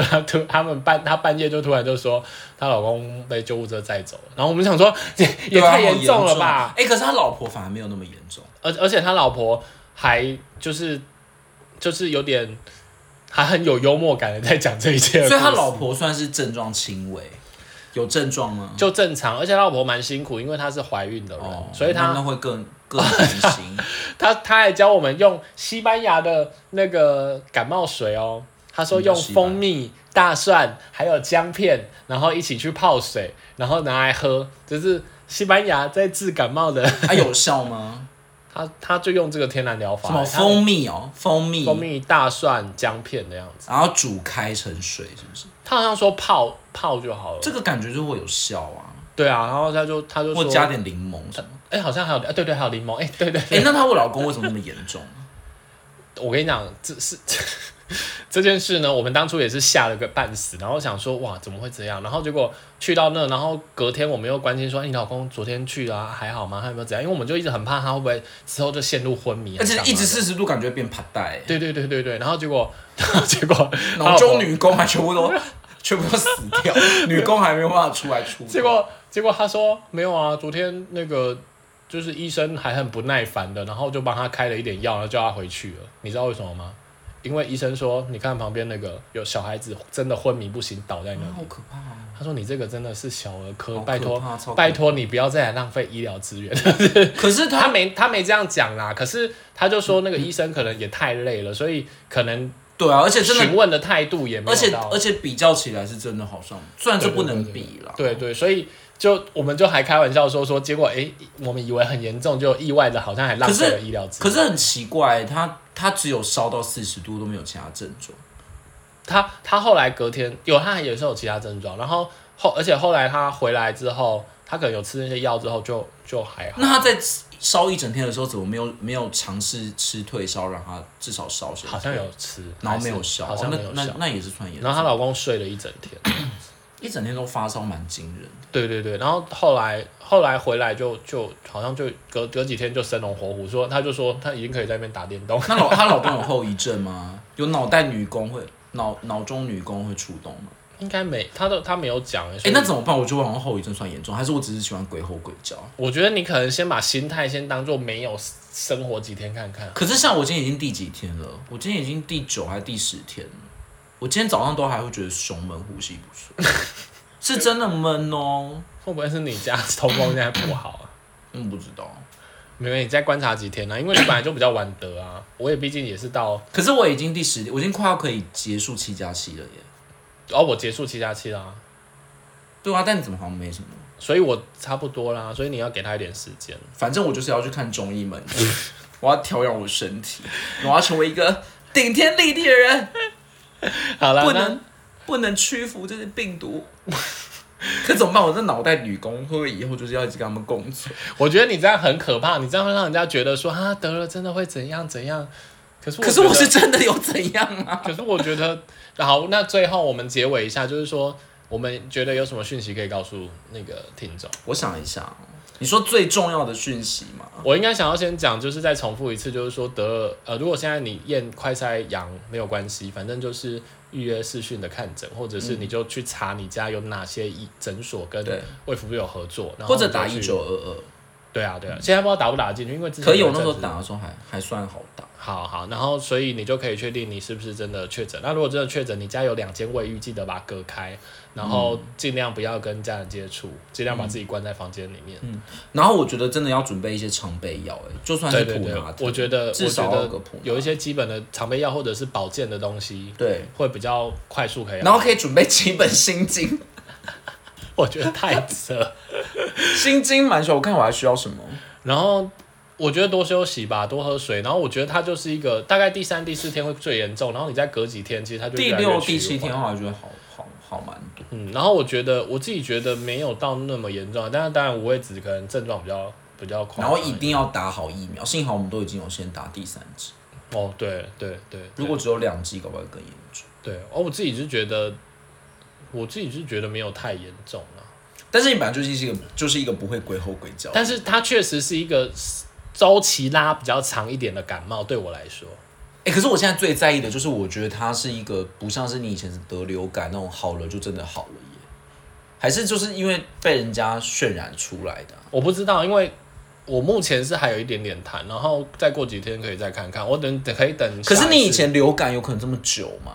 Speaker 1: 就他突他们半他半夜就突然就说她老公被救护车载走了，然后我们想说这也
Speaker 2: 对啊
Speaker 1: 太
Speaker 2: 好
Speaker 1: 严重了吧，
Speaker 2: 哎，可是他老婆反而没有那么严重。
Speaker 1: 而而且他老婆还就是就是有点还很有幽默感的在讲这一切的故事，
Speaker 2: 所以他老婆算是症状轻微，有症状吗？
Speaker 1: 就正常，而且他老婆蛮辛苦，因为她是怀孕的人，
Speaker 2: 哦，
Speaker 1: 所以
Speaker 2: 那
Speaker 1: 她
Speaker 2: 那会更更担
Speaker 1: (laughs)
Speaker 2: 心。
Speaker 1: 她她还教我们用西班牙的那个感冒水哦。他说用
Speaker 2: 什么嗯西班牙
Speaker 1: 蜂蜜、大蒜还有姜片，然后一起去泡水，然后拿来喝，就是西班牙在治感冒的。 (laughs)
Speaker 2: 它啊有效吗？
Speaker 1: 他他就用这个天然疗法，
Speaker 2: 什么
Speaker 1: 他
Speaker 2: 蜂蜜哦，蜂蜜，
Speaker 1: 蜂蜜、大蒜、姜片的样子。
Speaker 2: 然后煮开成水，是不是？
Speaker 1: 他好像说泡泡就好了。
Speaker 2: 这个感觉就会有效啊，
Speaker 1: 对啊，然后他就他就
Speaker 2: 或
Speaker 1: 说，
Speaker 2: 加点柠檬什么。
Speaker 1: 哎、好像还有，啊、对对，还有柠檬，哎、对对
Speaker 2: 哎、
Speaker 1: 对，
Speaker 2: 那她我老公为什么那么严重？
Speaker 1: 我跟你讲，这是 (laughs) 这件事呢，我们当初也是吓了个半死，然后想说哇，怎么会这样？然后结果去到那，然后隔天我们又关心说，哎你老公昨天去啊，还好吗？他有没有怎样？因为我们就一直很怕他会不会之后就陷入昏迷，啊
Speaker 2: 而且一直
Speaker 1: 是
Speaker 2: 四十度感觉变趴带、 (laughs) 欸，
Speaker 1: 对对对对对，然后结果， (laughs) 然后结果，
Speaker 2: 脑中女工还全部都 (laughs) 全部都死
Speaker 1: (laughs)
Speaker 2: 掉，女工还没有办法出来出。
Speaker 1: 结果结果他说没有啊，昨天那个就是医生还很不耐烦的，然后就帮他开了一点药，然后叫他回去了。你知道为什么吗？因为医生说，你看旁边那个有小孩子真的昏迷不醒，倒在那
Speaker 2: 啊
Speaker 1: 里。
Speaker 2: 好可怕、哦。
Speaker 1: 他说你这个真的是小儿科，
Speaker 2: 好可
Speaker 1: 呃拜托
Speaker 2: 怕超可怕
Speaker 1: 拜托你不要再来浪费医疗资源。
Speaker 2: 可是
Speaker 1: (laughs) 他
Speaker 2: 她
Speaker 1: 没他没这样讲啦，可是他就说那个医生可能也太累了，所以可能
Speaker 2: 对啊，而且真的
Speaker 1: 询问的态度也没
Speaker 2: 而且
Speaker 1: 有到。
Speaker 2: 而且比较起来是真的好像，虽然这不能比啦。
Speaker 1: 对对，所以就我们就还开玩笑说说，结果诶，我们以为很严重，就意外的好像还浪费了医疗资
Speaker 2: 可
Speaker 1: 源。
Speaker 2: 是很奇怪，他他只有烧到四十度都没有其他症状。
Speaker 1: 他他后来隔天有，他还也是有其他症状，然后后而且后来他回来之后，他可能有吃那些药之后就就还好。
Speaker 2: 那他在烧一整天的时候，怎么没有没有尝试吃退烧，让他至少烧些？
Speaker 1: 好像有吃，
Speaker 2: 然后没
Speaker 1: 还
Speaker 2: 有
Speaker 1: 是
Speaker 2: 烧，
Speaker 1: 好像没有哦
Speaker 2: 那
Speaker 1: 消
Speaker 2: 那。那也是算严重。
Speaker 1: 然后她老公睡了一整天，
Speaker 2: 一整天都发烧，蛮惊人的。
Speaker 1: 对对对，然后后来后来回来就就好像就隔隔几天就生龙活虎，说他就说他已经可以在那边打电动， (laughs)
Speaker 2: 那老她老公有后遗症吗？有脑袋女工会脑脑中女工会触动吗？
Speaker 1: 应该没他都他没有讲哎、
Speaker 2: 哎、
Speaker 1: 所以
Speaker 2: 那怎么办？我觉得好像后遗症算严重，还是我只是喜欢鬼吼鬼叫？
Speaker 1: 我觉得你可能先把心态先当做没有生活几天看看。
Speaker 2: 可是像我今天已经第几天了？我今天已经第九还是第十天了？我今天早上都还会觉得胸闷、呼吸不顺，
Speaker 1: (laughs)
Speaker 2: 是真的闷哦。
Speaker 1: 会不会是你家通风现在不好啊？ (laughs)
Speaker 2: 嗯，不知道。
Speaker 1: 没有，你再观察几天啊，因为你本来就比较晚得啊。我也毕竟也是到
Speaker 2: 可是我已经第十天，我已经快要可以结束七加七了耶。
Speaker 1: 哦，我结束七加七啦、
Speaker 2: 对啊，但你怎么好像没什么？
Speaker 1: 所以我差不多啦，所以你要给他一点时间。
Speaker 2: 反正我就是要去看中
Speaker 1: (laughs)
Speaker 2: 医门诊，我要调养我身体，我要成为一个顶天立地的人，
Speaker 1: 好啦，
Speaker 2: 不
Speaker 1: 那
Speaker 2: 能不能屈服这些病毒。 (laughs) 可怎么办？我这脑袋女工会不会以后就是要一直跟他们共 (laughs) 存？
Speaker 1: 我觉得你这样很可怕，你这样会让人家觉得说啊得了真的会怎样怎样。可是我
Speaker 2: 可是我
Speaker 1: 觉得
Speaker 2: 是真的有怎样啊？
Speaker 1: 可是我觉得，好，那最后我们结尾一下，就是说我们觉得有什么讯息可以告诉那个听众。
Speaker 2: 我想一下哦，你说最重要的讯息嘛？
Speaker 1: 我应该想要先讲，就是再重复一次，就是说得了呃，如果现在你验快筛阳没有关系，反正就是预约视讯的看诊，或者
Speaker 2: 嗯
Speaker 1: 是你就去查你家有哪些医诊所跟
Speaker 2: 对
Speaker 1: 卫福部有合作，然后
Speaker 2: 或者打
Speaker 1: 你
Speaker 2: 一
Speaker 1: 就去
Speaker 2: 九。二二，
Speaker 1: 对啊，对啊，现在不知道打不打得进去，因为之前
Speaker 2: 可以。我
Speaker 1: 有一
Speaker 2: 那时候
Speaker 1: 阵子。
Speaker 2: 打的时候还还算好打，
Speaker 1: 好好，然后所以你就可以确定你是不是真的确诊。那如果真的确诊，你家有两间卫浴，记得把它隔开，然
Speaker 2: 嗯
Speaker 1: 后尽量不要跟家人接触，尽量把自己关在房间里面。
Speaker 2: 然后我觉得真的要准备一些常备药，哎，就算
Speaker 1: 对
Speaker 2: 是
Speaker 1: 对
Speaker 2: 普
Speaker 1: 对
Speaker 2: 拿，疼
Speaker 1: 我觉得
Speaker 2: 至
Speaker 1: 我
Speaker 2: 少
Speaker 1: 觉
Speaker 2: 要有个
Speaker 1: 得
Speaker 2: 普拿
Speaker 1: 有一些基本的常备药或者是保健的东西，
Speaker 2: 对，
Speaker 1: 会比较快速可以好。
Speaker 2: 然后可以准备几本心 (laughs) 经，
Speaker 1: (laughs) 我觉得太扯。
Speaker 2: 心经蛮需要，我看我还需要什么？
Speaker 1: 然后我觉得多休息吧，多喝水。然后我觉得它就是一个大概第三、第四天会最严重，然后你再隔几天，其实它就
Speaker 2: 第
Speaker 1: 越来越
Speaker 2: 六、
Speaker 1: 趋
Speaker 2: 第七
Speaker 1: 缓
Speaker 2: 天的话，我觉得好好好蛮多。
Speaker 1: 嗯，然后我觉得我自己觉得没有到那么严重啊，但是当然五味子可能症状比较比较快，
Speaker 2: 然后一定要打好疫苗，幸好我们都已经有先打第三剂，
Speaker 1: 哦，对对对，对
Speaker 2: 如果只有两剂，搞不好更严重。
Speaker 1: 对哦，我自己是觉得，我自己是觉得没有太严重啊了、
Speaker 2: 但是你本来就是一个就是一个不会鬼吼鬼叫的人，
Speaker 1: 但是它确实是一个周期拉比较长一点的感冒，对我来说，
Speaker 2: 哎、可是我现在最在意的就是，我觉得它是一个不像是你以前得流感那种好了就真的好了耶，还是就是因为被人家渲染出来的啊、
Speaker 1: 我不知道，因为我目前是还有一点点痰，然后再过几天可以再看看，我等等可以等下
Speaker 2: 可
Speaker 1: 一次。
Speaker 2: 是你以前流感有可能这么久吗？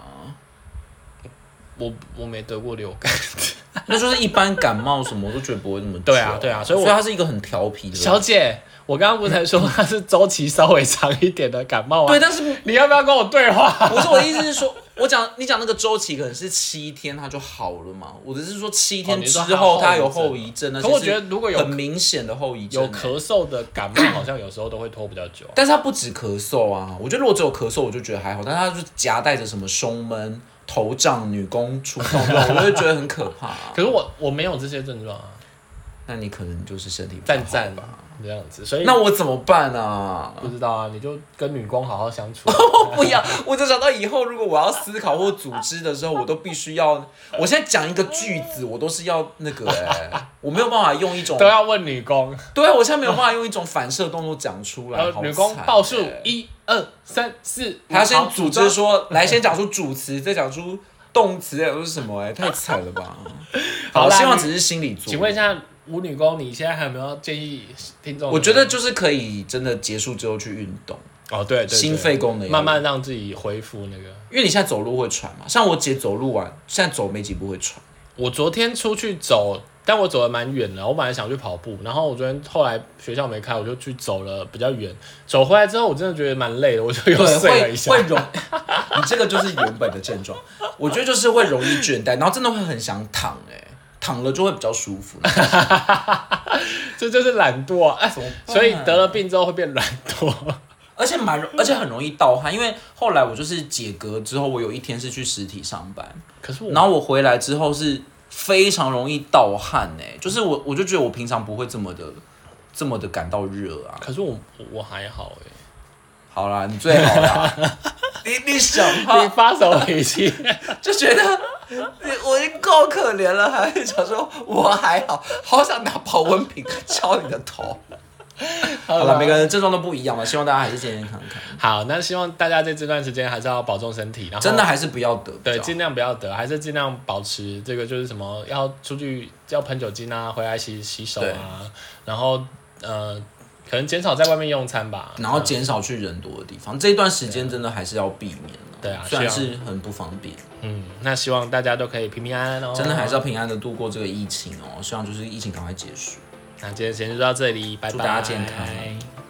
Speaker 1: 我我没得过流感，
Speaker 2: (laughs)
Speaker 1: (laughs)
Speaker 2: 那就是一般感冒什么，我都觉得不会那么久。
Speaker 1: 对啊对啊所
Speaker 2: 所
Speaker 1: 以我
Speaker 2: 它是一个很调皮的
Speaker 1: 小姐，我刚刚不才说它是周期稍微长一点的感冒啊
Speaker 2: 对，，但是
Speaker 1: 你要不要跟我对话？
Speaker 2: (laughs) 不是我的意思是说，我讲你讲那个周期可能是七天它就好了嘛，我的是说七
Speaker 1: 哦
Speaker 2: 天
Speaker 1: 你
Speaker 2: 之
Speaker 1: 说
Speaker 2: 后
Speaker 1: 它
Speaker 2: 它
Speaker 1: 有
Speaker 2: 有
Speaker 1: 后
Speaker 2: 后
Speaker 1: 遗啊
Speaker 2: 遗症，而
Speaker 1: 可
Speaker 2: 且
Speaker 1: 我
Speaker 2: 是
Speaker 1: 觉得如果有
Speaker 2: 很明显的后遗
Speaker 1: (laughs)
Speaker 2: 症、
Speaker 1: 有
Speaker 2: 欸
Speaker 1: 咳嗽的感冒，好像有时候都会拖比较久。
Speaker 2: 但是他不止咳嗽啊，我觉得如果只有咳嗽，我就觉得还好，但他就夹带着什么胸闷、头
Speaker 1: (laughs)
Speaker 2: 胀、女工出动，我就觉得很可怕、啊。
Speaker 1: 可是我我没有这些症状啊，
Speaker 2: 那你可能就是身体不
Speaker 1: 赞
Speaker 2: 好
Speaker 1: 赞
Speaker 2: 吧。
Speaker 1: 这样子，所以
Speaker 2: 那我怎么办啊？
Speaker 1: 不知道啊，你就跟女工好好相处。
Speaker 2: 我不要，我就想到以后如果我要思考或组织的时候，我都必须要，我现在讲一个句子，我都是要那
Speaker 1: (laughs)
Speaker 2: 个哎、我没有办法用一种
Speaker 1: (laughs) 都，要问女工，
Speaker 2: 对啊，我现在没有办法用一种反射动作讲出来
Speaker 1: 然，
Speaker 2: 好
Speaker 1: 呃后女工
Speaker 2: 惨
Speaker 1: 报数
Speaker 2: 哎
Speaker 1: 一二三四，
Speaker 2: 还要先组
Speaker 1: 组
Speaker 2: 织
Speaker 1: 织，
Speaker 2: 说，来先讲出主词，再讲出动词，再讲出什么哎、太惨了吧！
Speaker 1: (laughs) 好
Speaker 2: 好，
Speaker 1: 啦
Speaker 2: 希望
Speaker 1: 你
Speaker 2: 只是心理作用。
Speaker 1: 请问一下吴女工，你现在还有没有建议听众？
Speaker 2: 我觉得就是可以真的结束之后去运动，
Speaker 1: 哦，对，对对
Speaker 2: 心肺功能要
Speaker 1: 慢慢让自己恢复那个。
Speaker 2: 因为你现在走路会喘嘛，像我姐走路完，现在走没几步会喘。
Speaker 1: 我昨天出去走，但我走的蛮远的。我本来想去跑步，然后我昨天后来学校没开，我就去走了比较远。走回来之后，我真的觉得蛮累的，我就又
Speaker 2: 对，
Speaker 1: 睡了
Speaker 2: 会
Speaker 1: 一下。
Speaker 2: 会容，你这个就是原本的症状。我觉得就是会容易倦怠，然后真的会很想躺、哎，躺了就会比较舒服。
Speaker 1: 这就是懒惰啊！哎
Speaker 2: 怎么办
Speaker 1: 所以得了病之后会变懒惰。
Speaker 2: 而且蛮容，而且很容易盗汗，因为后来我就是解隔之后，我有一天是去实体上班，
Speaker 1: 可是我
Speaker 2: 然后我回来之后是非常容易盗汗、哎，就是我我就觉得我平常不会这么的这么的感到热啊。
Speaker 1: 可是我我还好哎、
Speaker 2: 好啦，你最好
Speaker 1: (laughs)
Speaker 2: 啦，你你想
Speaker 1: 你发什么脾气？
Speaker 2: 就觉得 (laughs) 我已经够可怜了，还想说我还好，好想拿保温瓶敲你的头。
Speaker 1: 好
Speaker 2: (laughs) (laughs) 好
Speaker 1: 啦
Speaker 2: 了，每个人症状都不一样嘛，希望大家还是健健康康，
Speaker 1: 好，那希望大家在这段时间还是要保重身体，然后
Speaker 2: (laughs) 真的还是不要得。
Speaker 1: 对，尽量不要得，还是尽量保持这个，就是什么要出去要喷酒精啊，回来洗洗手啊，然后呃，可能减少在外面用餐吧。
Speaker 2: 然后减少去人多的地方，这一段时间真的还是要避免啊
Speaker 1: 对啊
Speaker 2: 虽然
Speaker 1: 希
Speaker 2: 是很不方便，
Speaker 1: 嗯，那希望大家都可以平平安安哦。
Speaker 2: 真的还是要平安的度过这个疫情哦。希望就是疫情赶快结束。
Speaker 1: 那今天时间就到这里，拜拜，
Speaker 2: 祝大家健康
Speaker 1: 拜